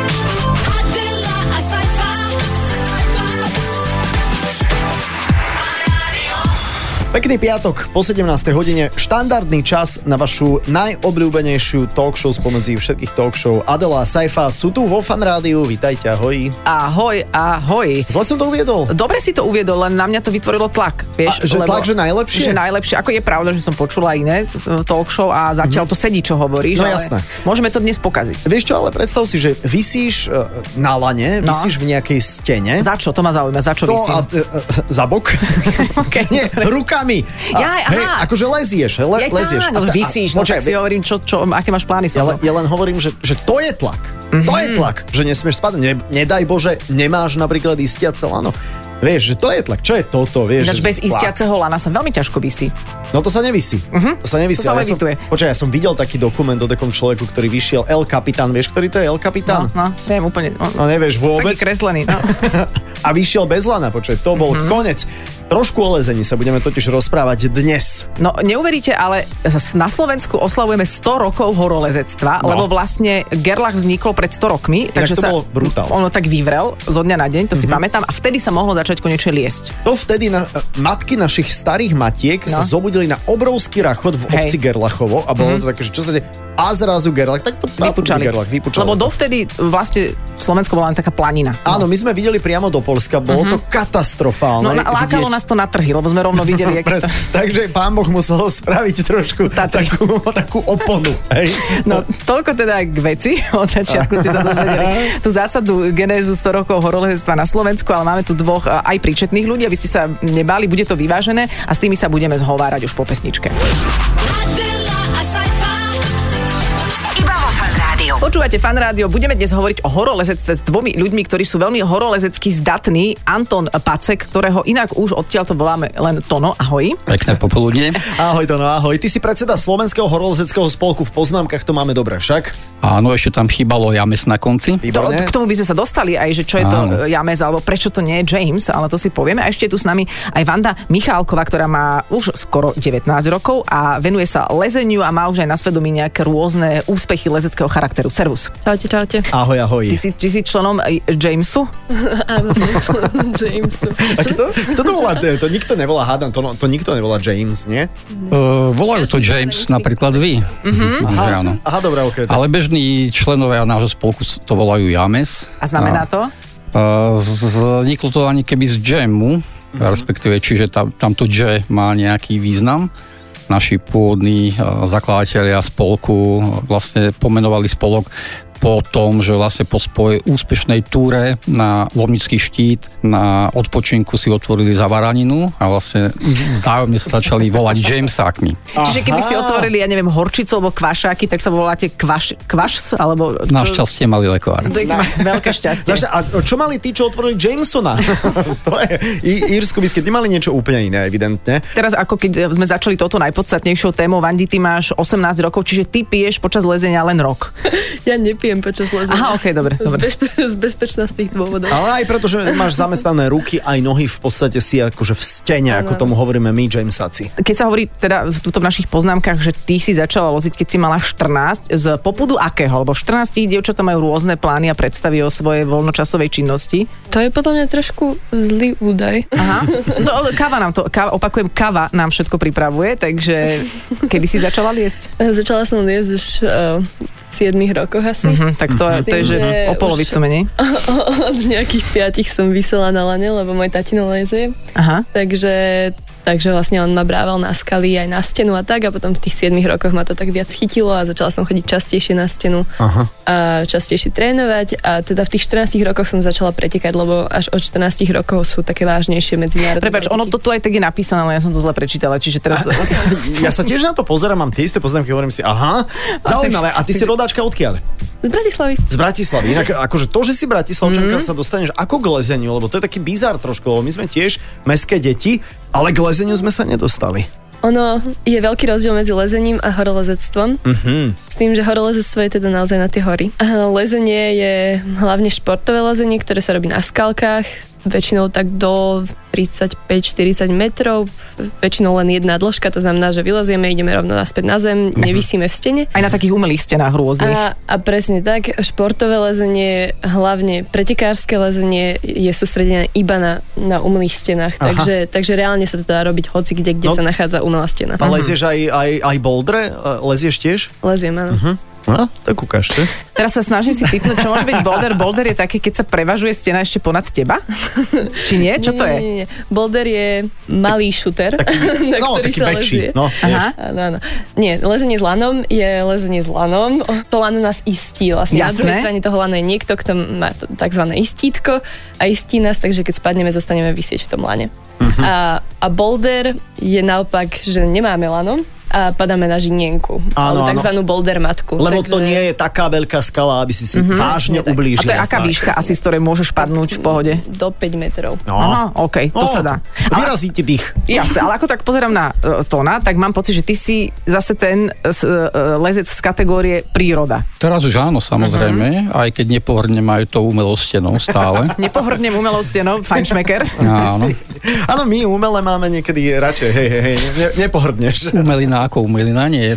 Adela a Saifa. Pekný piatok po 17. hodine, štandardný čas na vašu najobľúbenejšiu talk show spomedzi všetkých talk show. Adela a Saifa sú tu vo Fan Rádiu, vitajte, ahoj. Ahoj, ahoj. Zle som to uviedol. Dobre si to uviedol, len na mňa to vytvorilo tlak. Vieš, A, že tlak, že najlepšie? Že najlepšie. Ako je pravda, že som počula iné e, talk show a zatiaľ to sedí, čo hovoríš. No ale jasné. Môžeme to dnes pokaziť. Vieš čo, ale predstav si, že vysíš e, na lane, No. vysíš v nejakej stene. Za čo? To ma zaujíma. Za čo to vysím? a, e, e, za bok. Okay, Nie, rukami. A, Jaj, hej, aha. akože lezieš, he, le, Ja, lezieš. Tá, no, ta- vysíš, no, počkaj, tak si hovorím, čo, čo, aké máš plány so Ja, mnou. le, ja len hovorím, že, že to je tlak. Mm-hmm. To je Mhm. tlak, že nesmieš spadnúť. Ne, nedaj Bože, nemáš napríklad istiace lano. Vieš, že to je tlak. Čo je toto, vieš? Ináč že bez tlak. istiaceho lana sa veľmi ťažko vysí. No to sa nevisí. Mm-hmm. To sa nevisí. Mhm. To sa ale ja som, levituje. počkaj, ja som videl taký dokument o takom človeku, ktorý vyšiel. El Capitán, vieš, ktorý to je El Capitán? No, viem úplne. No No, nevieš vôbec. taký Mhm. kreslený. No. a vyšiel bez lana, počkaj, to bol mm-hmm. konec. Trošku o lezení sa budeme totiž rozprávať dnes. No, neuveríte, ale s- na Slovensku oslavujeme 100 rokov No. horolezectva, no. lebo vlastne Gerlach vznikol pred 100 rokmi, takže to sa bolo brutál. Mhm. ono tak vyvrel zo dňa na deň, to mm-hmm. si pamätám, a vtedy sa mohlo začať konečne liesť. To vtedy na, matky našich starých matiek no. sa No. zobudili na obrovský rachod v Hej. Mhm. obci Gerlachovo a bolo mm-hmm. to také, že čo sa deje? A zrazu Gerlach, tak to má tu byť Vypučali. Gerlach, vypučali. Lebo to. dovtedy vlastne Slovensko bola len taká planina. Áno, my sme videli priamo do Polska, bolo mm-hmm. to katastrofálne. Mhm. No, no na- lákalo vidieť. nás to na trhy, lebo sme rovno videli, jak Pres, to... takže pán Boh musel spraviť trošku Tatry. takú, takú oponu. Hej? No, toľko teda k veci. Od začiatku ste sa dozvedeli tú zásadu genézu 100 rokov horolezectva na Slovensku, ale máme tu dvoch e, aj príčetných ľudí, aby ste sa nebáli, bude to vyvážené a s tými sa budeme zhovárať už po pesničke. Adela a Saifa. Iba vo fan rádiu. Počúvate fan rádio, budeme dnes hovoriť o horolezectve s dvomi ľuďmi, ktorí sú veľmi horolezecky zdatní. Anton Pacek, ktorého inak už odtiaľto voláme len Tono, ahoj. Pekné popoludne. Ahoj, Tono, ahoj. Ty si predseda Slovenského horolezeckého spolku. V poznámkach to máme dobre však. Áno, ešte tam chýbalo James na To, konci. Výborne. k tomu by sme sa dostali aj, že čo je to Áno. e, James, alebo prečo to nie je James, ale to si povieme. A ešte je tu s nami aj Vanda Michálková, ktorá má už skoro 19 rokov a venuje sa lezeniu a má už aj na svedomí nejaké rôzne úspechy lezeckého charakteru. Servus. Čaute, čaute. Ahoj, ahoj. Ty si, ty si členom e, Jamesu? Áno, som členom Jamesu. A kto, kto to volá? To nikto nevolá, hádam, to, to nikto nevolá James, nie? Uh, volajú to James napríklad vy. Mhm. Uh-huh. Aha, Áno. aha dobre, ok. Ale... Ale bežní členovia nášho spolku s- to volajú James. A znamená to? Uh, z- Vzniklo to ani keby z jamu, respektíve, čiže tam, tamto J má nejaký význam. Naši pôvodní uh, zakladatelia spolku uh, vlastne pomenovali spolok po tom, že vlastne po svojej úspešnej túre na Lomnický štít na odpočinku si otvorili zavaraninu a vlastne vzájomne sa začali volať Jamesákmi. Čiže keby si Aha. otvorili, ja neviem, horčicu alebo kvašáky, tak sa voláte kvaš, kvašs, alebo... čo- Našťastie mali lekár. To je veľké šťastie. A čo mali tí, čo otvorili Jamesona? to je í, írsku bisky. Ty mali niečo úplne iné, evidentne. Teraz ako keď sme začali touto najpodstatnejšou témou, Vandi, ty máš 18 rokov, čiže ty piješ počas lezenia len rok. Ja nepijem počas lezenia. Aha, okej, dobre, Z, dobre. bezpe- z bezpečnostných dôvodov. Ale aj preto, že máš zamestnané ruky aj nohy v podstate si akože v stene, ako tomu hovoríme my, Jamesáci. Keď sa hovorí teda v, tuto v našich poznámkach, že ty si začala loziť, keď si mala 14, z popudu akého? Lebo v 14 dievčatá majú rôzne plány a predstavy o svojej voľnočasovej činnosti. To je podľa mňa trošku zlý údaj. Aha. No, ale káva nám to, káva, opakujem, káva nám všetko pripravuje, takže kedy si začala liesť? E, Začala som jesť už uh, v 7 rokoch asi. Hm, tak to, to je, že Mhm. Takže o polovicu už- menej. Od nejakých piatich som vysela na lane, lebo môj tatino lezie. Aha. Takže, takže vlastne on ma brával na skaly aj na stenu a tak a potom v tých 7 rokoch ma to tak viac chytilo a začala som chodiť častejšie na stenu Aha. a častejšie trénovať a teda v tých 14 rokoch som začala pretekať, lebo až od 14 rokov sú také vážnejšie medzinárodné. Prepač, preteky. ono to tu aj tak je napísané, ale ja som to zle prečítala, čiže teraz... Ja sa tiež na to pozerám, mám tie isté poznámky, hovorím si, aha, zaujímavé. A ty si rodáčka odkiaľ? Z Bratislavy. Z Bratislavy. Inak akože to, že si Bratislavčanka, mm. sa dostaneš ako k lezeniu, lebo to je taký bizar trošku, lebo my sme tiež meské deti, ale k lezeniu sme sa nedostali. Ono je veľký rozdiel medzi lezením a horolezectvom. Mhm. S tým, že horolezectvo je teda naozaj na tie hory. A lezenie je hlavne športové lezenie, ktoré sa robí na skalkách. väčšinou tak do 35-40 metrov, väčšinou len jedna dĺžka, to znamená, že vylezieme, ideme rovno naspäť na zem, Mhm. nevisíme v stene. Aj na takých umelých stenách rôznych. A, a presne tak, športové lezenie, hlavne pretekárske lezenie je sústredené iba na, na umelých stenách, Aha. takže, takže reálne sa to dá robiť hoci kde, kde No. no. sa nachádza umelá stena. A lezieš aj, aj, aj boldre? Lezieš tiež? Leziem, áno. Hm? No, tak ukáž, čo? Teraz sa snažím si typnúť, čo môže byť boulder. Boulder je také, keď sa prevažuje stena ešte ponad teba? Či nie? Čo to Nie, je? nie, nie. Boulder je malý šuter, na no, ktorý taký sa väčší. lezie. No, vieš. Aha. Áno, áno. Nie, lezenie s lanom je lezenie s lanom. To lano nás istí vlastne. Na Jasné. druhej strane toho lana je niekto, kto má t- tzv. istítko a istí nás, takže keď spadneme, zostaneme vysieť v tom lane. Mhm. A, a boulder je naopak, že nemáme lano a padáme na žinienku. Áno, áno. alebo tzv. boulder matku. Lebo to eh, Takže- nie je taká veľká skala, aby si si vážne Mhm. Presne tak. A ublížil. to je aká výška asi, z ktorej môžeš padnúť v pohode? Do 5 metrov. No. Aha, OK, No, to sa dá. Vyrazí ti dých. Jasne, ale ako tak pozerám na e, Tona, tak mám pocit, že ty si zase ten s- e, lezec z kategórie príroda. Teraz už áno, samozrejme, aj keď nepovrne majú to umelou stenou stále. Nepohrdnem umelou stenou, fajnšmeker. Áno. Áno, my umelé máme niekedy radšej, hej, hej, hej, ne, nepohrdneš. Umelina ako umelina, nie je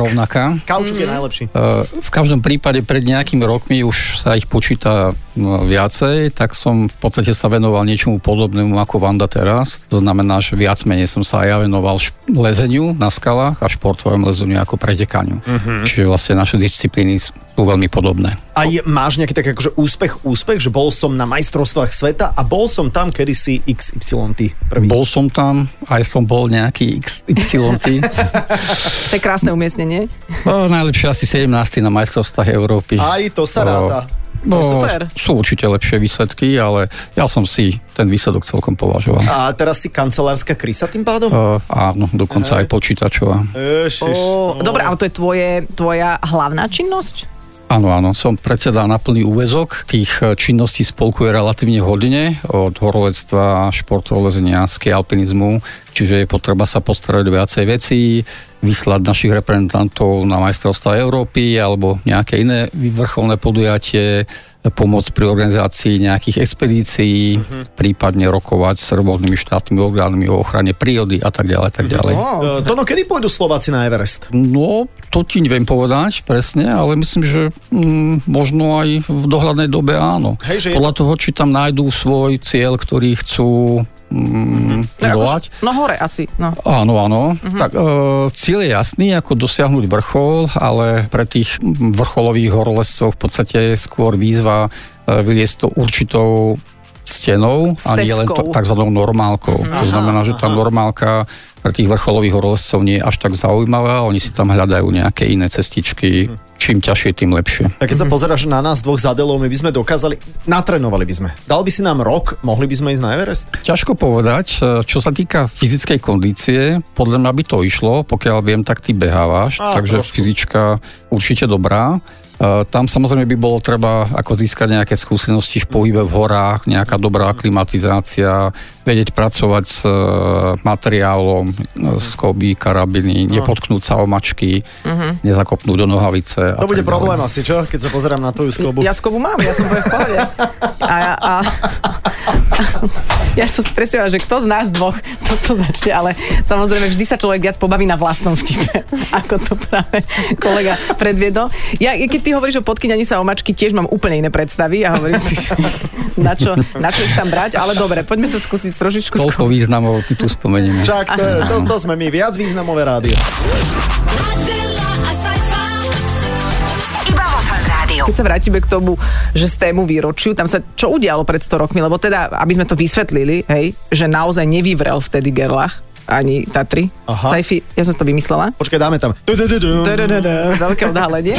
Tak. rovnaká. Kaučuk Mhm. je najlepší. E, V každom prípade pred nejakými rokmi už sa ich počíta no, viacej, tak som v podstate sa venoval niečomu podobnému ako Vanda teraz. To znamená, že viac menej som sa aj ja venoval šp- lezeniu na skalách a športovému lezeniu ako pretekaniu. Čiže vlastne naše disciplíny sú veľmi podobné. A je, máš nejaký taký akože úspech, úspech, že bol som na majstrovstvách sveta a bol som tam kedysi XY ty prvý. Bol som tam, aj som bol nejaký XYT. To je krásne umiestnenie. O, No, najlepšie asi 17. na majstrovstvách Európy. Aj to sa Oh. O, ráta. No, super. Sú určite lepšie výsledky, ale ja som si ten výsledok celkom považoval. A teraz si kancelárska krysa tým pádom? Oh. Uh, áno, dokonca aj počítačová. Ježiš. O, Dobre, ale to je tvoje, tvoja hlavná činnosť? Áno, áno, som predseda na plný úvezok. Tých eh, činností spolku je relatívne hodine, od horolectva, športov, lezenia, ski alpinizmu, čiže je potreba sa postarať o viacej vecí, vyslať našich reprezentantov na majstrovstvá Európy alebo nejaké iné vrcholné podujatie, pomôcť pri organizácii nejakých expedícií, prípadne rokovať s rôznymi štátnymi orgánmi o ochrane prírody a tak ďalej, tak ďalej. Oh. E, Tono, kedy pôjdu Slováci na Everest? No, to ti neviem povedať presne, ale myslím, že mm, možno aj v dohľadnej dobe áno. Hej, že je Podľa toho, či tam nájdú svoj cieľ, ktorý chcú Mhm. mm, doľať. No hore asi, no. Áno, áno. Uh-huh. Tak e, cieľ je jasný, ako dosiahnuť vrchol, ale pre tých mm, vrcholových horolezcov v podstate je skôr výzva e, vyliesť to určitou stenou a nie len Stezkou. to, tzv. normálkou. To znamená, že tá normálka pre tých vrcholových horolezcov nie je až tak zaujímavá, oni si tam hľadajú nejaké iné cestičky, čím ťažšie, tým lepšie. A keď sa pozeráš na nás dvoch zadelov, my by sme dokázali, natrénovali by sme. Dal by si nám rok, mohli by sme ísť na Everest? Ťažko povedať, e, čo sa týka fyzickej kondície, podľa mňa by to išlo, pokiaľ viem, tak ty behávaš, Á, takže trošku. fyzička určite dobrá. E, Tam samozrejme by bolo treba ako získať nejaké skúsenosti v pohybe v horách, nejaká dobrá klimatizácia, vedieť pracovať s e, materiálom, e, skoby, karabiny, No. nepotknúť sa o mačky, nezakopnúť do nohavice. a Mhm. To bude tak ďalej. problém asi, čo? Keď sa pozerám na tvoju skobu. Ja skobu mám, ja som bude v pohode. A, ja- a, ja som si predstavila, že kto z nás dvoch toto začne, ale samozrejme vždy sa človek viac pobaví na vlastnom vtipe, ako to práve kolega predviedol. Ja, keď ty hovoríš o podkyňaní sa o mačky, tiež mám úplne iné predstavy a hovorím si, že na čo, na čo ich tam brať, ale dobre, poďme sa skúsiť trošičku Toľko významov tu spomenieme. Čak, to, je- to, to e, sme my, viac významové rádio. Adela, a sci-fi. Iba vo Fan Rádiu. Keď sa vrátime k tomu, že z tému výročiu, tam sa čo udialo pred 100 rokmi, lebo teda, aby sme to vysvetlili, hej, že naozaj nevyvrel vtedy Gerlach ani Tatry. Aha. Saifi, ja som si to vymyslela. Počkaj, dáme tam. Du, du, du, du. Tadadada, Veľké odhalenie.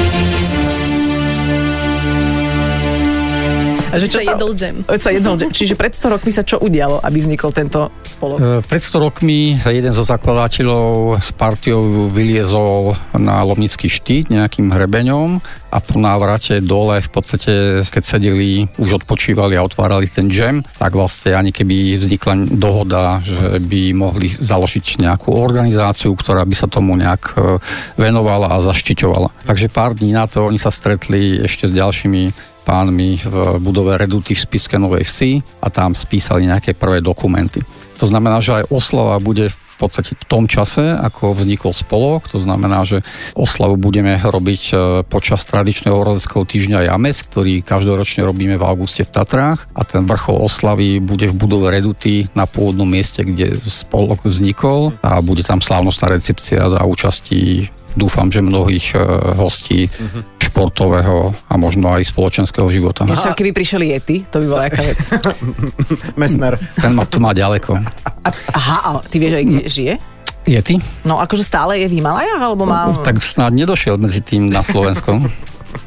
A že Sa jedol džem. Sa jedol džem. Čiže pred 100 rokmi sa čo udialo, aby vznikol tento spolok? E, Pred 100 rokmi e, jeden zo zakladateľov s partiou vyliezol na Lomnický štít nejakým hrebeňom a po návrate dole v podstate, keď sedeli, už odpočívali a otvárali ten džem, tak vlastne ani keby vznikla dohoda, že by mohli založiť nejakú organizáciu, ktorá by sa tomu nejak e, venovala a zaštiťovala. Takže pár dní na to oni sa stretli ešte s ďalšími pánmi v budove Reduty v Spiske Novej Vsi a tam spísali nejaké prvé dokumenty. To znamená, že aj oslava bude v podstate v tom čase, ako vznikol spolok, to znamená, že oslavu budeme robiť e, počas tradičného horoleckého týždňa James, ktorý každoročne robíme v auguste v Tatrách a ten vrchol oslavy bude v budove Reduty na pôvodnom mieste, kde spolok vznikol a bude tam slávnostná recepcia za účasti dúfam, že mnohých e, hostí športového a možno aj spoločenského života. Ešte keby prišli jety, to by bola jaká vec. Mesner. Ten ma tu má ďaleko. A- Aha, ale ty vieš aj, Mm. kde žije? Je ty? No akože stále je v Himalajách, alebo má... Tak snáď nedošiel medzi tým na Slovenskom.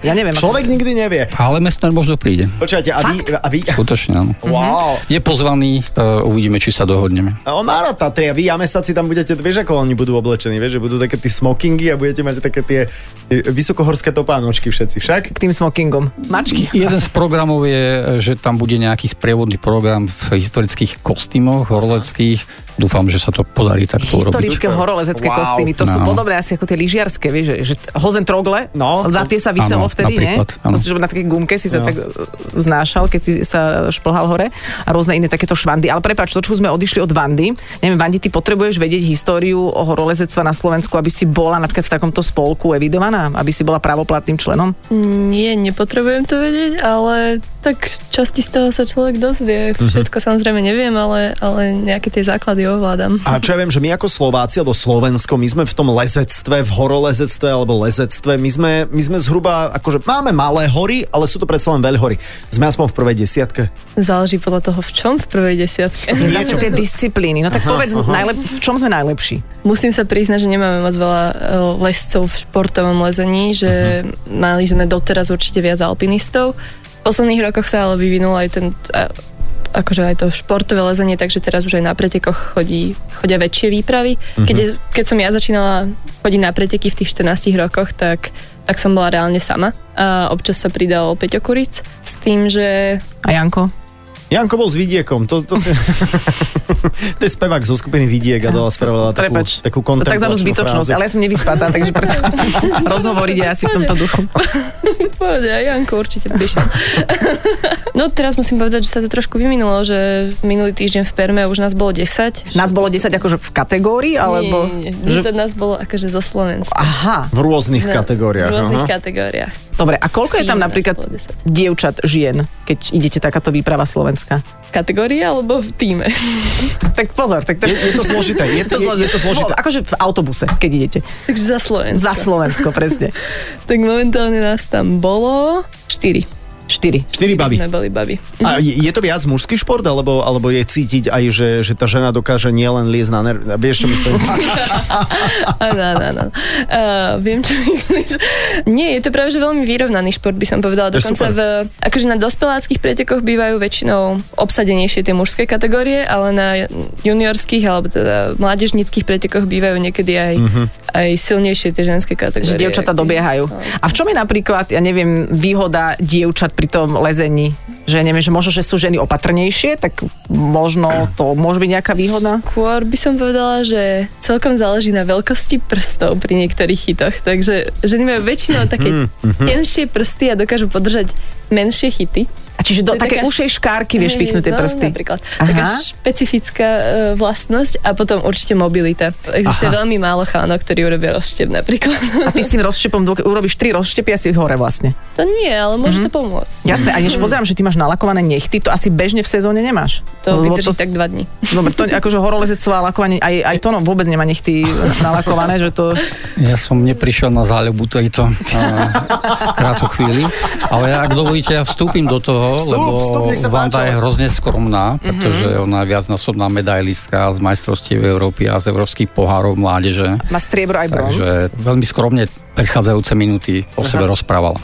Ja neviem. ako- Človek nikdy nevie. Ale Mestner možno príde. Počkajte, a vy... A vy Skutočne áno. wow. Je pozvaný, e, uvidíme, či sa dohodneme. A on má rád Tatry a vy jamesáci tam budete, vieš, ako oni budú oblečení, vieš, že budú také tie smokingy a budete mať také tie e, vysokohorské topánočky všetci, však? K tým smokingom. Mačky. Jeden z programov je, že tam bude nejaký sprievodný program v historických kostýmoch horleckých. Dúfam, že sa to podarí takto urobiť. Historické Super. horolezecké Wow. kostýmy, to sú No. podobné asi ako tie lyžiarske, vieš, že, že t- hozen trogle, No, za to- tie sa vyselo áno, vtedy, nie? napríklad, áno. Proste, že na takej gumke si No. sa tak e, znášal, keď si sa šplhal hore a rôzne iné takéto švandy. Ale prepáč, trošku sme odišli od Vandy. Neviem, Vandi, ty potrebuješ vedieť históriu o horolezectva na Slovensku, aby si bola napríklad v takomto spolku evidovaná, aby si bola pravoplatným členom? Nie, nepotrebujem to vedieť, ale tak časti z toho sa človek dozvie. Všetko samozrejme neviem, ale, ale nejaké tie základy ovládam. A čo ja viem, že my ako Slováci alebo Slovensko, my sme v tom lezectve, v horolezectve alebo lezectve, my sme, my sme zhruba, akože máme malé hory, ale sú to predsa len veľhory. Sme aspoň v prvej desiatke. Záleží podľa toho, v čom v prvej desiatke. Niečo. Zase tie disciplíny. No tak povedz, najlep- v čom sme najlepší? Musím sa priznať, že nemáme moc veľa e, lescov v športovom lezení, že uh-huh. mali sme doteraz určite viac alpinistov. V posledných rokoch sa ale vyvinul aj ten a, akože aj to športové lezenie, takže teraz už aj na pretekoch chodí, chodia väčšie výpravy. Uh-huh. Keď, je- keď som ja začínala chodiť na preteky v tých 14 rokoch, tak, tak som bola reálne sama. A občas sa pridal Peťo Kuric s tým, že A Janko? Janko bol s Vidiekom, to, to, si... to je spevák zo skupiny Vidiek a dala spravila takú, Prepač. takú No, takzvanú kontemplačnú zbytočnosť, frázu. ale ja som nevyspatá, takže preto rozhovor ide asi v tomto duchu. Povede, Janko určite prišiel. no teraz musím povedať, že sa to trošku vyminulo, že minulý týždeň v Perme už nás bolo 10. Nás bolo 10 akože v kategórii, alebo... Nie, nie, nie. Že... 10 nás bolo akože zo Slovenska. Aha, V rôznych kategóriách. No, V rôznych aha. kategóriách. dobre. A koľko je tam Tým nás napríklad bolo 10. dievčat, žien, keď idete takáto výprava Slovenska? Kategória alebo v týme? Tak pozor, tak to... je, je to zložité, je to, je, je to zložité. No, akože v autobuse, keď idete. Takže za Slovensko. Za Slovensko, presne. Tak momentálne nás tam bolo 4. 4. Štyri baby. Sme boli baby. A je, je to viac mužský šport, alebo, alebo je cítiť aj, že, že tá žena dokáže nielen liesť na ner... Vieš, čo myslím? Áno, áno, áno. Uh, viem, čo myslíš. Nie, je to práve že veľmi vyrovnaný šport, by som povedala. To je Dokonca super. v, akože na dospeláckých pretekoch bývajú väčšinou obsadenejšie tie mužské kategórie, ale na juniorských alebo teda mládežnických pretekoch bývajú niekedy aj, Mhm. aj silnejšie tie ženské kategórie. Že dievčata dobiehajú. A v čom je napríklad, ja neviem, výhoda dievčat pri tom lezení? Že neviem, že možno, že sú ženy opatrnejšie, tak možno to môže byť nejaká výhoda? Skôr by som povedala, že celkom záleží na veľkosti prstov pri niektorých chytoch. Takže ženy majú väčšinou Mhm, také tenšie prsty a dokážu podržať menšie chyty. A čiže do To je také taká- ušej škárky vieš Hej, pichnúť tie no, prsty. Napríklad. Aha. Taká špecifická e, vlastnosť a potom určite mobilita. Existuje veľmi málo chánov, ktorí urobia rozštep napríklad. A ty s tým rozštepom dok- urobíš tri rozštepy a si hore vlastne. to nie, ale môže Mhm. to pomôcť. Jasné, a než pozerám, že ty máš nalakované nechty, to asi bežne v sezóne nemáš. To Lebo vydrží tak dva dní. Dobre, to akože horolezectvo a lakovanie, aj, aj to no, vôbec nemá nechty nalakované, že to... Ja som neprišiel na záľubu tejto a, krátku chvíli, ale ak dovolíte, ja vstúpim do toho, Vstup, lebo vstup, nech sa Vanda páči. Mhm. je hrozne skromná, pretože ona je viacnásobná medailistka z majstrovstiev Európy a z európskych pohárov mládeže. Má striebro aj bronz. Takže veľmi skromne prechádzajúce minúty o sebe rozprávala.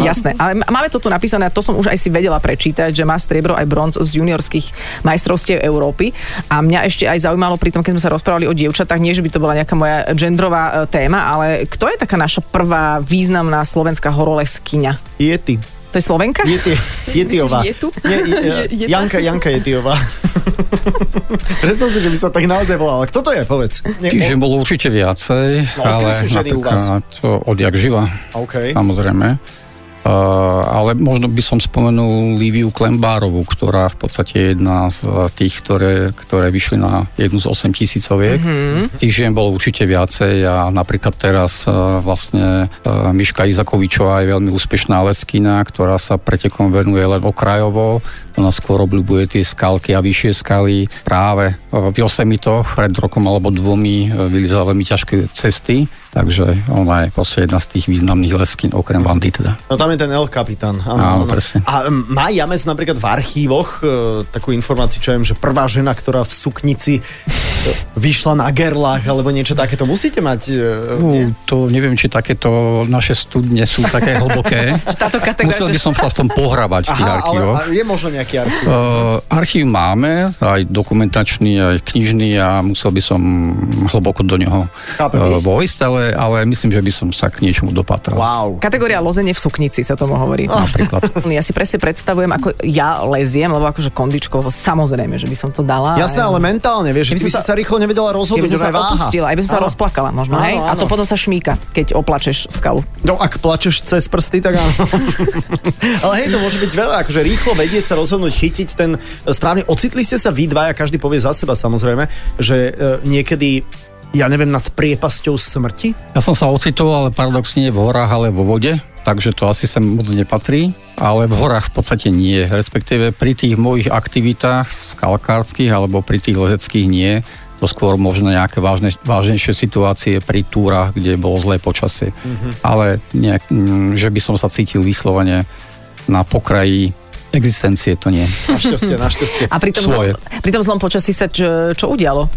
Jasné, ale m- máme to tu napísané, a to som už aj si vedela prečítať, že má striebro aj bronz z juniorských majstrovstiev Európy. A mňa ešte aj zaujímalo pri tom, keď sme sa rozprávali o dievčatách, nie že by to bola nejaká moja genderová e, téma, ale kto je taká naša prvá významná slovenská horoleskyňa? Je ty. To je Slovenka? Je ty. Je tyová. Myslíš, je tu? Nie, je, je, Je- je Janka, Janka je tyová. Predstav si, že by sa tak naozaj volala. Kto to je, povedz. Nie, Tých žien bolo určite viacej, No, odkedy ale sú ženy u vás? napríklad to odjak živa, OK. samozrejme. Eh, ale možno by som spomenul Liviu Klembárovu, ktorá v podstate je jedna z eh, tých, ktoré, ktoré vyšli na jednu z 8 tisícoviek. Mm-hmm. Tých žien bolo určite viacej a napríklad teraz eh, vlastne eh, Miška Izakovičová je veľmi úspešná leskina, ktorá sa pretekom venuje len okrajovo. Ona skôr obľúbuje tie skalky a vyššie skaly. Práve eh, v Josemitoch pred rokom alebo dvomi eh, vylízala veľmi ťažké cesty, takže ona je proste jedna z tých významných leskin, okrem Vandy teda. No tam je ten El Capitán. Áno, presne. A m, má Jamec napríklad v archívoch e, takú informáciu, čo ja viem, že prvá žena, ktorá v suknici e, vyšla na gerlách alebo niečo takéto. Musíte mať... E, nie? Fú, to neviem, či takéto naše studne sú také hlboké. Táto kategória, Musel by že- som sa v tom pohrabať v tých Aha, ale archívoch. ale je možno nejaký archív. Uh, archív máme, aj dokumentačný, aj knižný a musel by som hlboko do neho Chápem. uh, vojsť, ale, ale myslím, že by som sa k niečomu dopatral. Wow. Kategória lozenie v suknici sa tomu hovorí. Ah. No, Napríklad. Ja si presne predstavujem, ako ja leziem, lebo akože kondičkovo samozrejme, že by som to dala. Jasné, ale mentálne, vieš, že Keby by si som sa sa- rýchlo nevedela Keby rozhodnúť, už som sa aj váha. opustila, aj by som sa Áno. rozplakala možno, Áno, hej? A to áno. potom sa šmíka, keď oplačeš skalu. No, ak plačeš cez prsty, tak áno. Ale hej, to môže byť veľa, akože rýchlo vedieť sa rozhodnúť, chytiť ten správny. Ocitli ste sa vy dvaja, každý povie za seba samozrejme, že e, niekedy, ja neviem, nad priepasťou smrti? Ja som sa ocitoval, ale paradoxne nie v horách, ale vo vode, takže to asi sem moc nepatrí, ale v horách v podstate nie, respektíve pri tých mojich aktivitách skalkárskych alebo pri tých lezeckých nie, to skôr možno nejaké vážne, vážnejšie situácie pri túrach, kde bolo zlé počasie. Mm-hmm. Ale nejak, mm, že by som sa cítil vyslovene na pokraji existencie, to nie. Našťastie, našťastie. A pri tom, Svoje. zlom, pri tom zlom počasí sa čo, čo udialo?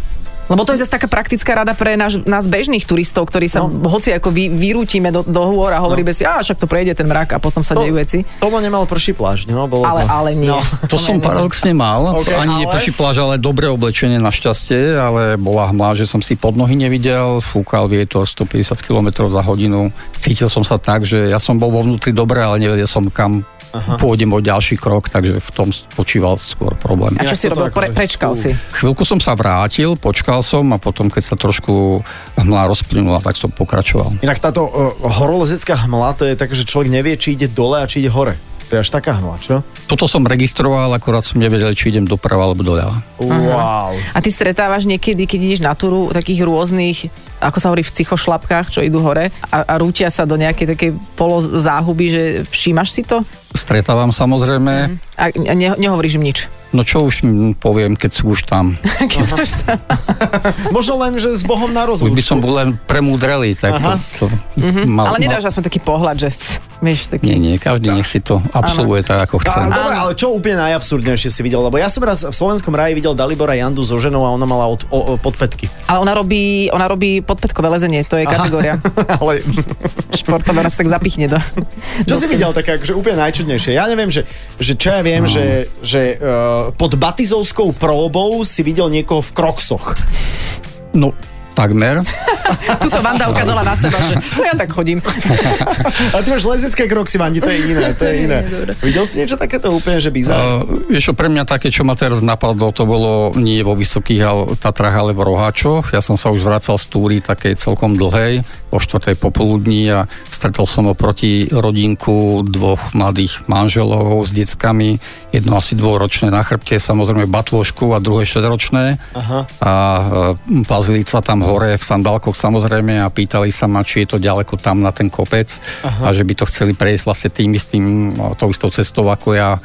Lebo to je zase taká praktická rada pre náš, nás bežných turistov, ktorí No. sa no. hoci ako vy, vyrútime do, do hôr a hovoríme no. si, a však to prejde ten mrak a potom sa To- dejú veci. Tomo nemal prší pláž, no? Bolo to. Ale, ale nie. No. To nie, som nie. paradoxne mal, Ok, okay, ani ale... ale- neprší pláž, ale dobre oblečenie našťastie, ale bola hmla, že som si pod nohy nevidel, fúkal vietor 150 km za hodinu. Cítil som sa tak, že ja som bol vo vnútri dobre, ale nevedel som kam Aha. pôjdem o ďalší krok, takže v tom spočíval skôr problém. A Inak čo si toto robil? akože- Pre, prečkal Fú. si. Chvíľku som sa vrátil, počkal som a potom, keď sa trošku hmla rozplynula, tak som pokračoval. Inak táto uh, horolezecká hmla, to je tak, že človek nevie, či ide dole a či ide hore. To je až taká hmla, čo? Toto som registroval, akurát som nevedel, či idem doprava alebo doľava. Wow. A ty stretávaš niekedy, keď ideš na túru, takých rôznych, ako sa hovorí, v cichošlapkách, čo idú hore a, a rútia sa do nejakej takej polozáhuby, že všímaš si to? Stretávam samozrejme, mm. A a ne, nehovoríš im nič. no čo už mm, poviem, keď sú už tam. Keď už tam- Možno len, že s Bohom na Už rozlúčku. by som bol len premúdrelý, tak Aha. to, to mm-hmm. mal, Ale nedáš aspoň taký pohľad, že c- vieš, taký... Nie, nie, každý nech si to absolvuje tak, ako chce. A, dobre, ale čo úplne najabsurdnejšie si videl? Lebo ja som raz v Slovenskom raji videl Dalibora Jandu so ženou a ona mala od, o, o, podpätky. Ale ona robí, ona robí podpätkové lezenie, to je kategória. ale Športové ona sa tak zapichne do... čo do si steny. videl také akože úplne najčudnejšie? Ja neviem, že, že čo ja viem, že, že uh, pod Batizovskou próbou si videl niekoho v kroksoch. No, takmer. Tuto Vanda ukázala na seba, že to ja tak chodím. A ty máš lezecké kroksy, Vandi, to je iné, to je iné. Nie, dobre. Videl si niečo takéto úplne, že bizarné? Uh, vieš, čo, pre mňa také, čo ma teraz napadlo, to bolo nie vo Vysokých Al- Tatrach, ale v Roháčoch. Ja som sa už vracal z túry takej celkom dlhej, o štvrtej popoludní a stretol som oproti rodinku dvoch mladých manželov s deckami. Jedno asi dvoročné na chrbte, samozrejme batôžku a druhé šesťročné. Aha. a e, plazili sa tam hore v sandálkoch samozrejme a pýtali sa ma, či je to ďaleko tam na ten kopec Aha. a že by to chceli prejsť vlastne tým istým, e, tou istou cestou ako ja, e,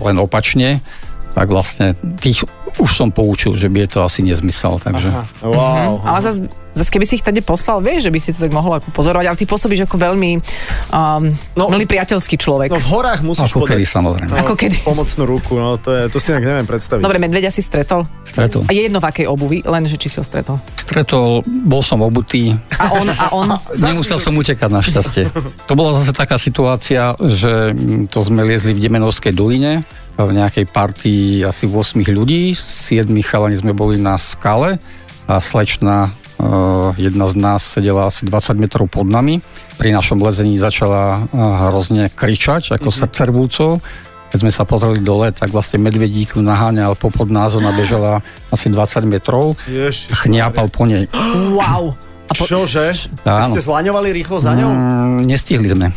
len opačne. Tak vlastne tých už som poučil, že by je to asi nezmysel, takže... Aha, Wow. Ale zase, zase keby si ich tade poslal, vieš, že by si to tak mohol ako pozorovať, ale ty pôsobíš ako veľmi um, No. no, milý priateľský človek. No v horách musíš Ako kedy, podať samozrejme. Ako kedy. pomocnú ruku, no to, je, to si inak neviem predstaviť. Dobre, medveďa si stretol. Stretol. A je jedno v akej obuvi, len že či si ho stretol. Stretol, bol som obutý, A on, a on... Nemusel som utekať našťastie. To bola zase taká situácia, že mm, to sme liezli v Demenovskej doline v nejakej partii asi 8 ľudí, 7 chalani sme boli na skale a slečna e, jedna z nás sedela asi 20 metrov pod nami. Pri našom lezení začala e, hrozne kričať, ako mm-hmm. srdcervúco. Keď sme sa pozreli dole, tak vlastne medvedíku naháňal popod nás, ona bežala asi 20 metrov, Ježiš, chňápal po nej. Wow. A po... Čože? Áno. Ste zlaňovali rýchlo za ňou? Mm, nestihli sme.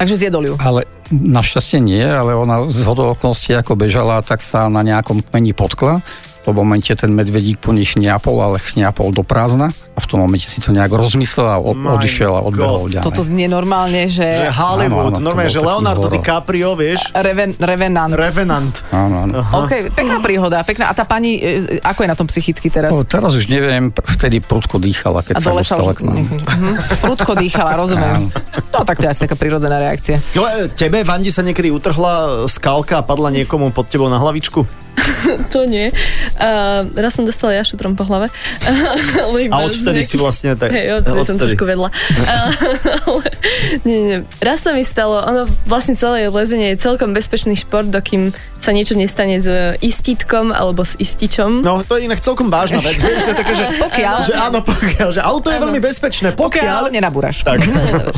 Takže zjedol ju. Ale našťastie nie, ale ona z hodou okolností ako bežala, tak sa na nejakom kmeni potkla. V tom momente ten medvedík po nich chňapol, ale chňapol do prázdna a v tom momente si to nejak rozmyslel a od, My odišiel a odbehol God. ďalej. Toto znie normálne, Že že Hollywood, áno, to normálne, bol že taký Leonardo horor. DiCaprio, vieš? reven, revenant. Revenant. Áno, áno. OK, pekná príhoda, pekná. A tá pani, e, ako je na tom psychicky teraz? O, teraz už neviem, vtedy prudko dýchala, A keď sa dole sa už... dostala k nám. Mhm. Prudko dýchala, rozumiem. No tak to je asi taká prírodzená reakcia. No, e, tebe, Vandi, sa niekedy utrhla skalka a padla niekomu pod tebou na hlavičku? To nie. Uh, raz som dostala ja šutrom po hlave. Ale iba A z odvtedy si nejakých- vlastne tak... Hej, odtedy som trošku vedla. Ale, nie, nie, raz sa mi stalo, ono vlastne celé lezenie je celkom bezpečný šport, dokým sa niečo nestane s istítkom alebo s ističom. No, to je inak celkom vážna vec, vieš, to je také, že... Pokiaľ- Že áno, pokiaľ, že auto je veľmi bezpečné, Pokiaľ pokiaľ... nenabúraš. Tak.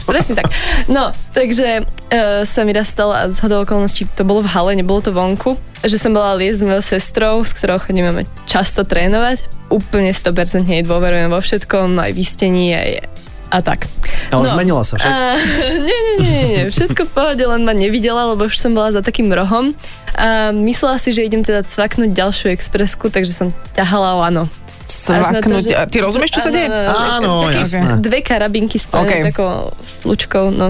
Presne tak. No, takže uh, sa mi raz stalo, a zhodou okolností to bolo v hale, nebolo to vonku, že som bola liest s mojou sestrou, s ktorou chodíme často trénovať. Úplne 100% jej dôverujem vo všetkom, aj v istení, aj a tak. Ale zmenila sa však. No. A, nie, nie, nie, nie, nie, všetko v pohode, len ma nevidela, lebo už som bola za takým rohom. A myslela si, že idem teda cvaknúť ďalšiu expresku, takže som ťahala lano. Až na to, Svaknúť. že- A Ty rozumieš, čo sa Áno, deje? áno, áno. Áno, Také jasné. Dve karabinky spojené OK. Mhm. takou slučkou, no,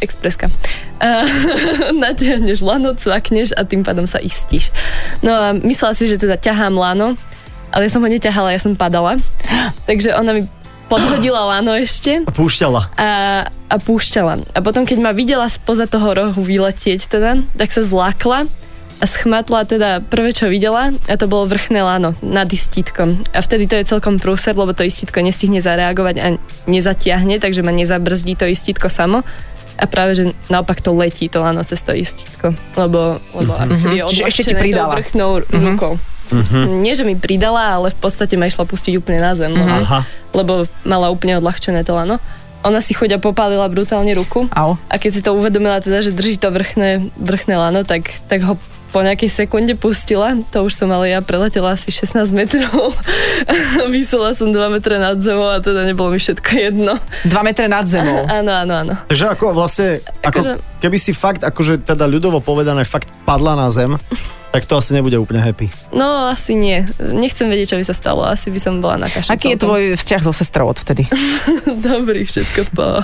expreska. A, natiahneš lano, cvakneš a tým pádom sa istíš. No a myslela si, že teda ťahám lano, ale ja som ho neťahala, ja som padala. Takže ona mi podhodila lano ešte Púšťala. a, a púšťala. A potom, keď ma videla spoza toho rohu vyletieť teda, tak sa zlákla a schmatla teda prvé, čo videla a to bolo vrchné láno nad istítkom. A vtedy to je celkom prúser, lebo to istítko nestihne zareagovať a nezatiahne, takže ma nezabrzdí to istítko samo. A práve, že naopak to letí to láno cez to istítko, lebo, lebo mm-hmm. je Mhm. Čiže ešte ti odľahčené tou pridala. Mhm. vrchnou mm-hmm. rukou. Mm-hmm. Nie, že mi pridala, ale v podstate ma išla pustiť úplne na zem. Mhm. Mm-hmm Aha. lebo mala úplne odľahčené to lano. Ona si chodia popálila brutálne ruku Au. a keď si to uvedomila teda, že drží to vrchné, vrchné lano, tak, tak ho po nejakej sekunde pustila. To už som ale ja preletela asi 16 metrov. Vysela som 2 metre nad zemou a teda nebolo mi všetko jedno. Dva metre nad zemou. Áno, áno, áno. Takže ako vlastne, ako, Akože- keby si fakt, akože teda ľudovo povedané, fakt padla na zem, tak to asi nebude úplne happy. No asi nie. Nechcem vedieť, čo by sa stalo. Asi by som bola na kaši. Aký je celkom. tvoj vzťah so sestrou odvtedy? Dobrý, všetko po...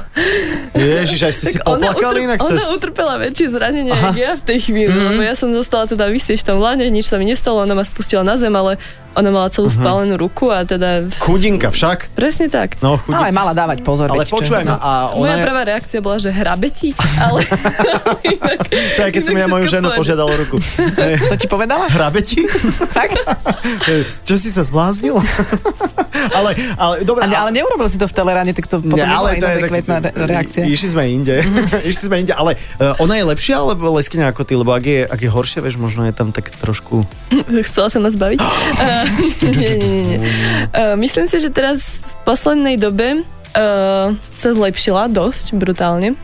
Ježiš, aj ste si ona, poplakali inak. to ona je- Mhm. utrpela väčšie zranenie ako ja v tej chvíli, mm. lebo ja som zostala teda vysieť v tom lane, nič sa mi nestalo, ona ma spustila na zem, ale ona mala Mhm. celú spálenú ruku a teda Chudinka však. presne tak. No, No aj chudinka. mala dávať pozor. Ale veď čo- počúvaj ma, a ona Moja je... prvá reakcia bola, že hrabetí, ale... inak, To je, keď som ja inak moju všetko ženu v pohode. požiadal o ruku. No, To ti povedala? Hrabe ti? Fakt? Čo si sa zbláznila? ale, ale, dobre, Ale, ale neurobil si to v teleráne, tak to potom Nie, nebola iná tak- adekvátna re- reakcia. I- Išli sme inde. išli sme inde, ale e, ona je lepšia alebo leskyňa ako ty, lebo ak je, ak je horšia, vieš, možno je tam tak trošku... Chcela sa ma zbaviť. Uh, nie, nie, nie. Uh, myslím si, že teraz v poslednej dobe uh, sa zlepšila dosť brutálne.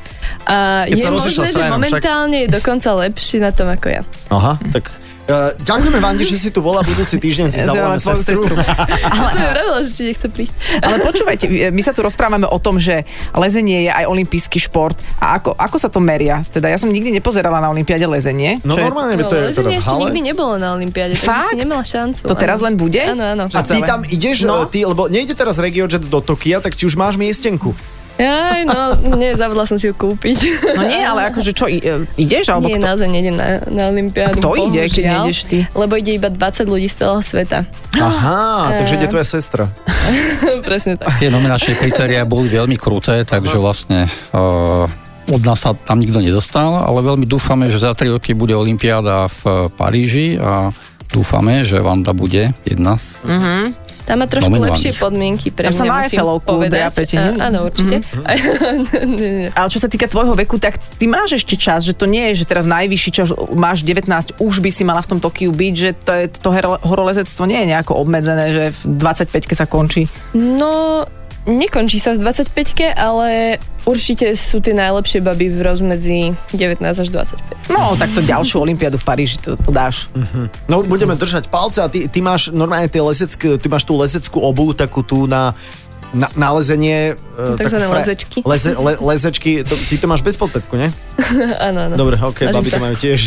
A Keď je sa rozišla možné, s že trénerom, však. momentálne je dokonca lepší na tom ako ja. Aha, tak... Uh, ďakujeme, Vandi, že si tu bola. Budúci týždeň si Ja zavoláme zavoláme tvoju sestru. sestru. Ale... Som jej vravila, že ti nechce prísť. Ale počúvajte, my sa tu rozprávame o tom, že lezenie je aj olimpijský šport. A ako, ako sa to meria? Teda ja som nikdy nepozerala na olympiade lezenie. No čo je- normálne, to No, je teda lezenie v ešte hale. nikdy nebolo na Olympiáde, takže Fakt? si nemala šancu. To teraz áno. len bude? Áno, áno. A ty celé. tam ideš, No. no? ty, lebo nejde teraz RegioJet do Tokia, tak či už máš miestenku? Aj, no, nie, zavodla som si ju kúpiť. No nie, ale akože čo, i- e, ideš? Alebo nie, kto? naozaj nejdem na, na A Olympiádu. kto ide, keď bohužiaľ, nejdeš ty? Lebo ide iba 20 ľudí z celého sveta. Aha, takže ide Eh. tvoja sestra. Presne tak. Tie nominačné kritéria boli veľmi kruté, takže vlastne uh, od nás sa tam nikto nedostal, ale veľmi dúfame, že za 3 roky bude Olympiáda v eh, Paríži a dúfame, že Vanda bude jedna z... Mm. Tam má trošku Nominovaných. lepšie podmienky pre Tam sa mňa, má musím Eiffelovku povedať. drapete, A- nie? Áno, určite. Mhm. Nie, nie. Ale čo sa týka tvojho veku, tak ty máš ešte čas, že to nie je, že teraz najvyšší čas, máš 19, už by si mala v tom Tokiu byť, že to, je, to hero- horolezectvo nie je nejako obmedzené, že v 25 sa končí. No, nekončí sa v 25 ale určite sú tie najlepšie baby v rozmedzi 19 až 25. No, tak to ďalšiu olympiádu v Paríži, to, to dáš. No budeme držať palce a ty, ty máš normálne tie lesecké, ty máš tú leseckú obu takú tú na na, nálezenie... e, Takzvané tak fra- lezečky. Leze, le, lezečky. To, ty to máš bez podpetku, ne? Áno, áno. Dobre, ok, Snažím baby sa. to majú tiež.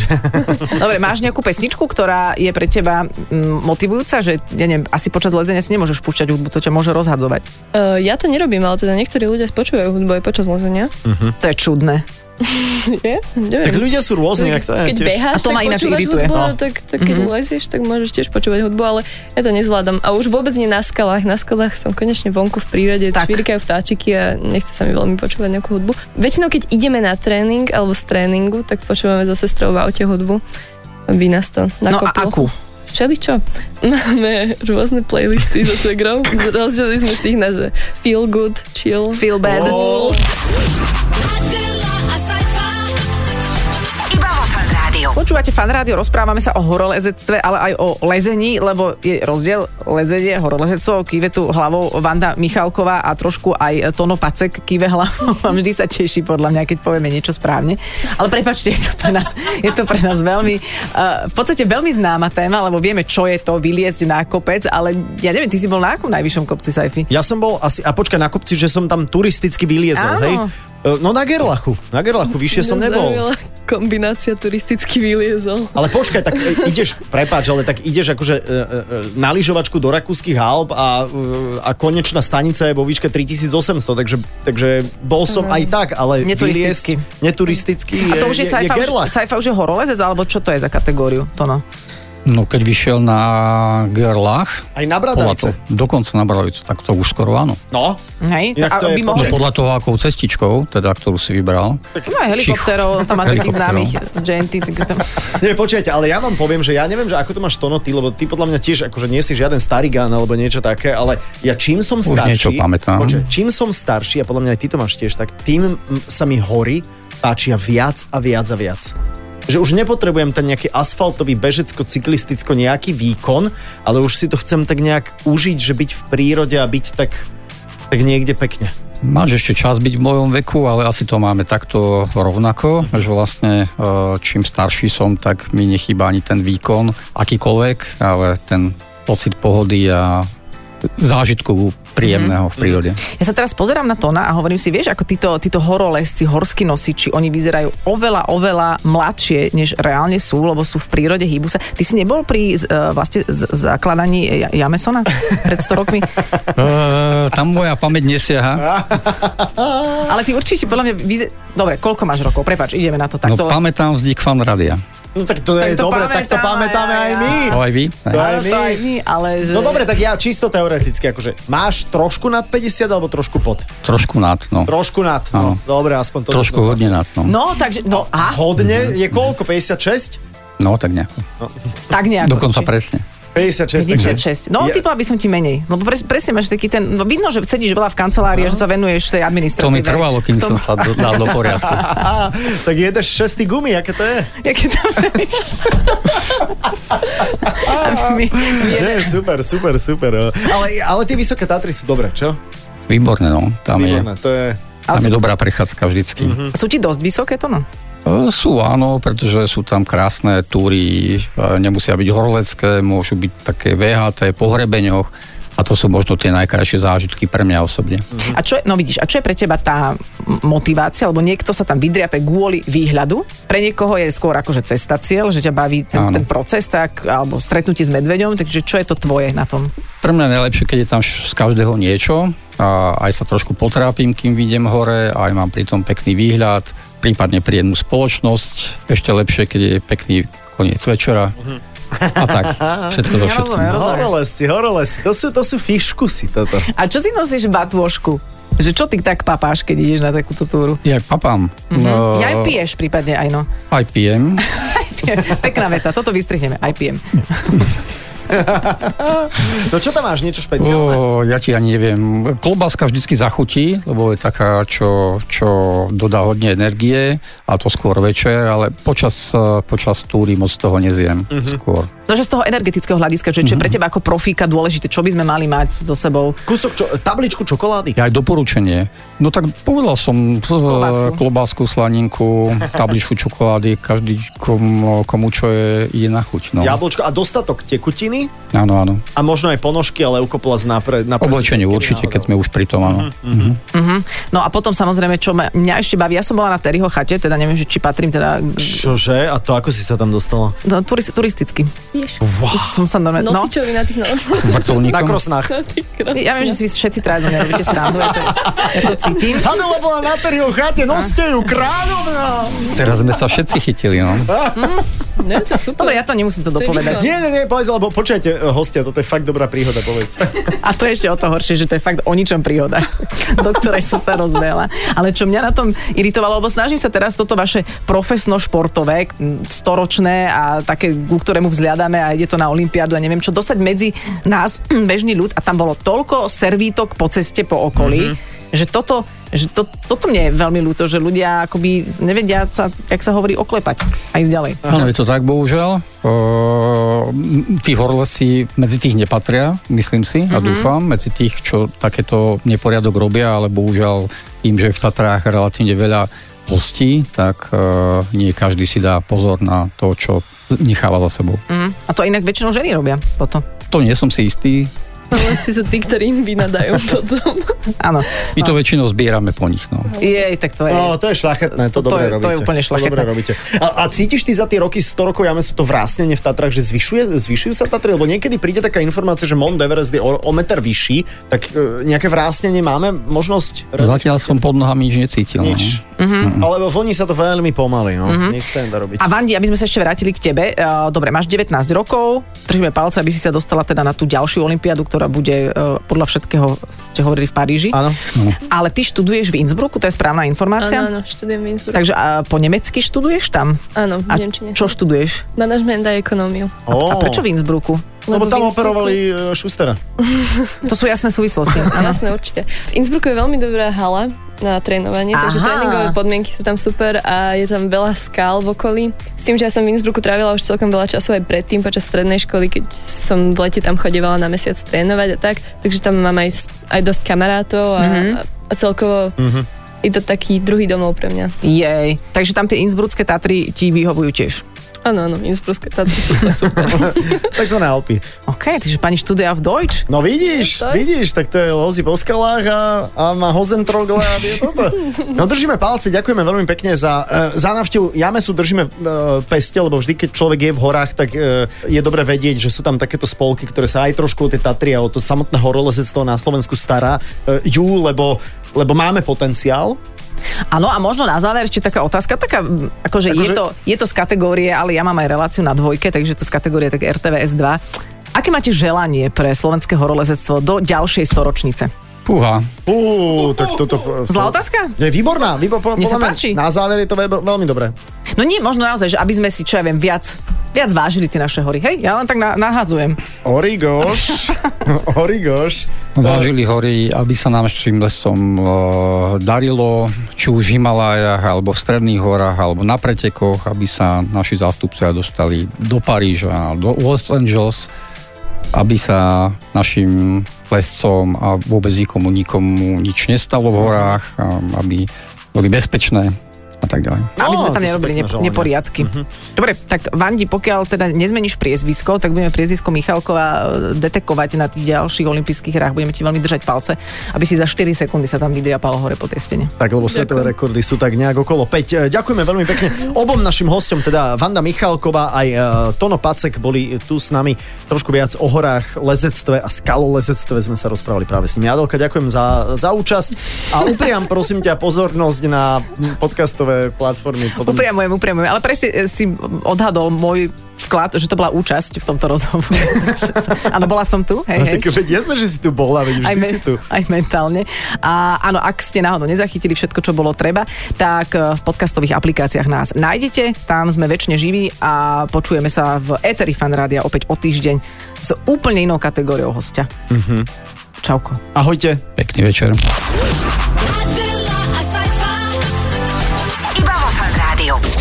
Dobre, máš nejakú pesničku, ktorá je pre teba mm, motivujúca, že ja neviem, asi počas lezenia si nemôžeš púšťať hudbu, to ťa môže rozhadzovať. Eh, ja to nerobím, ale teda niektorí ľudia počúvajú hudbu aj počas lezenia. To je čudné. Je? tak Neviem. ľudia sú rôzni, jak to je. keď tiež. beháš, A to tak ma ináč počúvaš irituje. Mhm. Hudbu, No. tak, tak keď mm-hmm. lezieš, tak môžeš tiež počúvať hudbu, ale ja to nezvládam. A už vôbec nie na skalách. Na skalách som konečne vonku v prírode, Tak. čvirikajú vtáčiky a nechce sa mi veľmi počúvať nejakú hudbu. Väčšinou, keď ideme na tréning alebo z tréningu, tak počúvame so sestrou v aute hudbu, aby nás to No a nakoplo. akú? Všeličo. Máme rôzne playlisty so segrom. Rozdelili sme si ich na že feel good, chill. Feel bad. Wow. Adela, a cypher. Iba vo Fan Rádiu. Počúvate fan rádio, rozprávame sa o horolezectve, ale aj o lezení, lebo je rozdiel lezenie horolezectvo, kýve tu hlavou Vanda Michalková a trošku aj Tono Pacek kýve hlavou a vždy sa teší podľa mňa, keď povieme niečo správne. Ale prepačte, je to pre nás, je to pre nás veľmi, uh, v podstate veľmi známa téma, lebo vieme, čo je to vyliezť na kopec, ale ja neviem, ty si bol na akom najvyššom kopci, Saifi? Ja som bol asi, a počkaj, na kopci, že som tam turisticky vyliezol, Áno. hej? E, No na Gerlachu, na Gerlachu, vyššie som Mňa nebol. zaujala Kombinácia turisticky vyliezol. Ale počkaj, tak e, ideš, prepáč, ale tak ideš akože e, e, na lyžovačku do Rakúskych Alp a, e, a konečná stanica je vo výške 3800, takže, takže bol som aj tak, ale Mhm. Neturisticky. vyliezť neturisticky A je, to už je, je, je Saifa, už, Gerlach. Saifa už je horolezec, alebo čo to je za kategóriu, Tono? No keď vyšiel na Gerlach, Aj na podľa to, Bradavice. dokonca na Bradavicu, tak to už skoro áno. No, Hej, Jak to a je vy počas- No mohli, podľa toho, akou cestičkou, teda ktorú si vybral, No aj helikopterov, tam má takých Helikopterov. známych z JNT. tak Tam... nie, počujete, ale ja vám poviem, že ja neviem, že ako to máš tono ty, lebo ty podľa mňa tiež akože nie si žiaden starý gán alebo niečo také, ale ja čím som Už starší... niečo pamätám. Počuaj, čím som starší, a podľa mňa aj ty to máš tiež tak, tým mm, sa mi hory páčia viac a viac a viac. Že už nepotrebujem ten nejaký asfaltový, bežecko, cyklisticko nejaký výkon, ale už si to chcem tak nejak užiť, že byť v prírode a byť tak, tak niekde pekne. Máš ešte čas byť v mojom veku, ale asi to máme takto rovnako, že vlastne e, čím starší som, tak mi nechýba ani ten výkon, akýkoľvek, ale ten pocit pohody a zážitku príjemného v prírode. Ja sa teraz pozerám na Tona a hovorím si, vieš, ako títo, títo horolezci, horskí nosiči, oni vyzerajú oveľa, oveľa mladšie, než reálne sú, lebo sú v prírode, hýbu sa. Ty si nebol pri z, eh, vlastne z, zakladaní Ja- Jamesona pred 100 rokmi? E, tam moja pamäť nesiaha. Ale ty určite podľa mňa... Vyze... Dobre, koľko máš rokov? Prepač, ideme na to No takto. pamätám vznik fan radia. No tak to je Tak to dobre, tak to pamätáme pamätáme aj aj my. To aj vy? Aj. To aj Áno, to my. aj my, ale že... No dobre, tak ja čisto teoreticky, akože máš trošku nad 50 alebo trošku pod? Trošku nad, no. Trošku nad. Áno. No, dobre, aspoň to. Trošku no, hodne nad, no. No, takže... No, a? Hodne je koľko? 56? No, tak nejako. Tak nejako. Dokonca či- presne. 56. takže- 56. No, Ja- typla by som ti menej. Lebo pres, presne máš taký ten... No, vidno, že sedíš veľa v kancelárii, a že sa venuješ tej administratíve. To mi trvalo, kým K tomu- som sa do- dal do poriadku. Á, tak jedeš šestý gumy, aké to je? Jaké tam vieš? A my- my- Nie, super, super, super. no. Ale, ale tie vysoké Tatry sú dobré, čo? Výborné, no. Tam je, Výborné, to je... tam je dobrá prechádzka vždycky. Sú ti dosť vysoké to, no? E, Sú áno, pretože sú tam krásne túry, e, nemusia byť horlecké, môžu byť také VHT po hrebeňoch a to sú možno tie najkrajšie zážitky pre mňa osobne. A čo je, no vidíš, a čo je pre teba tá m- motivácia, lebo niekto sa tam vydriape kvôli výhľadu, pre niekoho je skôr akože cesta cieľ, že ťa baví ten, Áno. ten proces, tak, alebo stretnutie s medveďom, takže čo je to tvoje na tom? Pre mňa je najlepšie, keď je tam š- z každého niečo a aj sa trošku potrápim, kým vidiem hore, aj mám pritom pekný výhľad, prípadne príjemnú spoločnosť, ešte lepšie, keď je pekný koniec večera a tak, všetko do Ja všetkého. rozumiem, rozumiem. Horolesci, horolesci, to sú, to sú fiškusy toto. A čo si nosíš v batôžku? Že čo ty tak papáš, keď ideš na takúto túru? Ja aj papám. No. No, Ja aj piješ prípadne, aj no. Aj pijem. Pekná veta, toto vystrihneme, aj pijem. No čo tam máš, niečo špeciálne? O, ja ti ani neviem. Klobáska vždycky zachutí, lebo je taká, čo, čo dodá hodne energie, a to skôr večer, ale počas, eh, počas túry moc toho nezjem skôr. No, že z toho energetického hľadiska, že čo je pre teba ako profíka dôležité, čo by sme mali mať so sebou. Kúsok, čo, tabličku čokolády. Ja aj doporučenie. No tak povedal som Klobásku. klobásku, klobásku slaninku, tabličku čokolády, každý komu, komu čo je, je na chuť. No. Jablčko a dostatok tekutiny ponožkami Áno, áno. a možno aj ponožky a leukoplast na, pre, na prsi. Oblečenie Keby určite, náhodou. keď sme už pri tom, áno. Mhm. No a potom samozrejme, čo ma, mňa ešte baví, ja som bola na Terryho chate, teda neviem, že či patrím teda Čože? A to ako si sa tam dostala? no, turist, turisticky. Vieš, Som sa normálne... No, nosičovi na tých nohách. Na Vrtulníkom? krosnách. ja viem, že si všetci teraz zo mňa robíte srandu, ja to, ja to cítim. Hanela bola na Terryho chate, noste ju, kráľovná! Teraz sme sa všetci chytili, no. Ne, to je super. Dobre, ja to nemusím to je dopovedať. Nie, nie, nie, povedz, lebo počujete, eh, hostia, toto je fakt dobrá príhoda, povedz. A to je ešte o to horšie, že to je fakt o ničom príhoda, do ktorej som sa rozbehla. Ale čo mňa na tom iritovalo, lebo snažím sa teraz toto vaše profesno-športové, k- m, storočné a také, ku ktorému vzhľadáme a ide to na Olympiádu a neviem čo, dostať medzi nás, bežný ľud a tam bolo toľko servítok po ceste, po okolí, mm-hmm. že toto že to, toto mne je veľmi ľúto, že ľudia akoby nevedia sa, jak sa hovorí, oklepať a ísť ďalej. Áno, je to tak, bohužiaľ. Ehm, Tí horlesy medzi tých nepatria, myslím si a dúfam, medzi tých, čo takéto neporiadok robia, ale bohužiaľ tým, že je v Tatrách relatívne veľa hostí, tak e, nie každý si dá pozor na to, čo necháva za sebou. Mm. A to inak väčšinou ženy robia toto. To nie som si istý, Lesci sú tí, ktorí im vynadajú potom. Áno. Mhm. my to väčšinou zbierame po nich. No. Jej, tak to je. No, to je šlachetné, to, To dobre je- to robíte. je úplne šľachetné. dobre robíte. A, a cítiš ty za tie roky 100 rokov, ja myslím, to vrásnenie v Tatrach, že zvyšuje, zvyšujú sa Tatry? Lebo niekedy príde taká informácia, že Mount Everest je o, o meter vyšší, tak e, nejaké vrásnenie máme možnosť? No Zatiaľ som pod nohami nič necítil. Nič. No. Mm-hmm. Ale voní sa to veľmi pomaly, no. Mm-hmm. Nechcem to robiť. Mhm. A Vandi, aby sme sa ešte vrátili k tebe. Uh, dobre, máš 19 rokov, držíme palce, aby si sa dostala teda na tú ďalšiu olympiádu, ktorá bude uh, podľa všetkého, ste hovorili v Paríži. Áno. Ale ty študuješ v Innsbrucku, to je správna Áno, informácia. áno, študujem v Innsbrucku. Takže uh, po nemecky študuješ tam? Áno, v A Nemčine. čo študuješ? Manažment a ekonómiu. A prečo v Innsbrucku? No, Lebo tam v Innsbrucku- operovali e, Šustera. To sú jasné súvislosti. áno. Jasné, určite. V Innsbrucku je veľmi dobrá hala na trénovanie, Aha. takže tréningové podmienky sú tam super a je tam veľa skál v okolí. S tým, že ja som v Innsbrucku trávila už celkom veľa času aj predtým počas strednej školy, keď som v lete tam chodevala na mesiac trénovať a tak, takže tam mám aj, aj dosť kamarátov a, Mhm. mm-hmm. a celkovo mm-hmm. je to taký druhý domov pre mňa. Jej. Takže tam tie Innsbrucké Tatry ti vyhovujú tiež. Áno, áno, Innsbrucku, tá super, super. Takzvané Alpy. OK, takže pani štúdia v Deutsch. No vidíš, To je- vidíš, tak to je lozi po skalách a, a má hozentrogle a je toto. No držíme palce, ďakujeme veľmi pekne za, uh, za návštevu. Jamesu držíme uh, peste, lebo vždy, keď človek je v horách, tak uh, je dobre vedieť, že sú tam takéto spolky, ktoré sa aj trošku o tie Tatry a o to samotné horolezectvo na Slovensku stará. Uh, ju, lebo, lebo máme potenciál. Áno, a možno na záver ešte taká otázka, taká, m, akože, akože... Je, Akože- to, je to z kategórie, ale ja mám aj reláciu na dvojke, takže to z kategórie tak RTVS 2. Aké máte želanie pre slovenské horolezectvo do ďalšej storočnice? Púha, Fú, tak toto... Zlá otázka? Je výborná, výbor, po, Mne podľa sa mňa páči. na záver je to veľ- veľmi dobré. No nie, možno naozaj, že aby sme si, čo ja viem, viac, viac vážili tie naše hory. Hej, ja len tak na, nahádzujem. Origoš, Origoš. Vážili hory, No, aby sa nám s tým lesom e, darilo, či už v Himalájach, alebo v Stredných horách, alebo na pretekoch, aby sa naši zástupcovia dostali do Paríža, do Los Angeles, aby sa našim lescom a vôbec nikomu, nikomu nič nestalo v horách, a aby boli bezpečné a tak ďalej. Aby No, sme to tam sú nerobili pekné ne, želania. Mhm. neporiadky. Mm-hmm. Dobre, tak Vandi, pokiaľ teda nezmeníš priezvisko, tak budeme priezvisko Michalkova e, detekovať na tých ďalších olympijských hrách. Budeme ti veľmi držať palce, aby si za 4 sekundy sa tam vydriapalo hore po tej stene. Tak, lebo svetové rekordy sú tak nejak okolo 5. Ďakujeme veľmi pekne obom našim hostom, teda Vanda Michálková aj e, Tono Pacek boli tu s nami trošku viac o horách, lezectve a skalolezectve sme sa rozprávali práve s nimi. Adelka, ďakujem za, za účasť a upriam prosím ťa pozornosť na podcastové platformy. Potom... Upriamujem, upriamujem. Ale presne e, si odhadol môj vklad, že to bola účasť v tomto rozhovore. Takže sa- Áno, bola som tu. Hej, A hej. tak veď jasné, že si tu bola, veď vždy si tu. aj mentálne. A áno, ak ste náhodou nezachytili všetko, čo bolo treba, tak e, v podcastových aplikáciách nás nájdete. Tam sme väčšine živí a počujeme sa v Eteri Fan Rádia opäť o týždeň s úplne inou kategóriou hostia. Mm-hmm. Mhm. Čauko. Ahojte. Pekný večer. Adela a Saifa. Iba vo Fan Rádiu.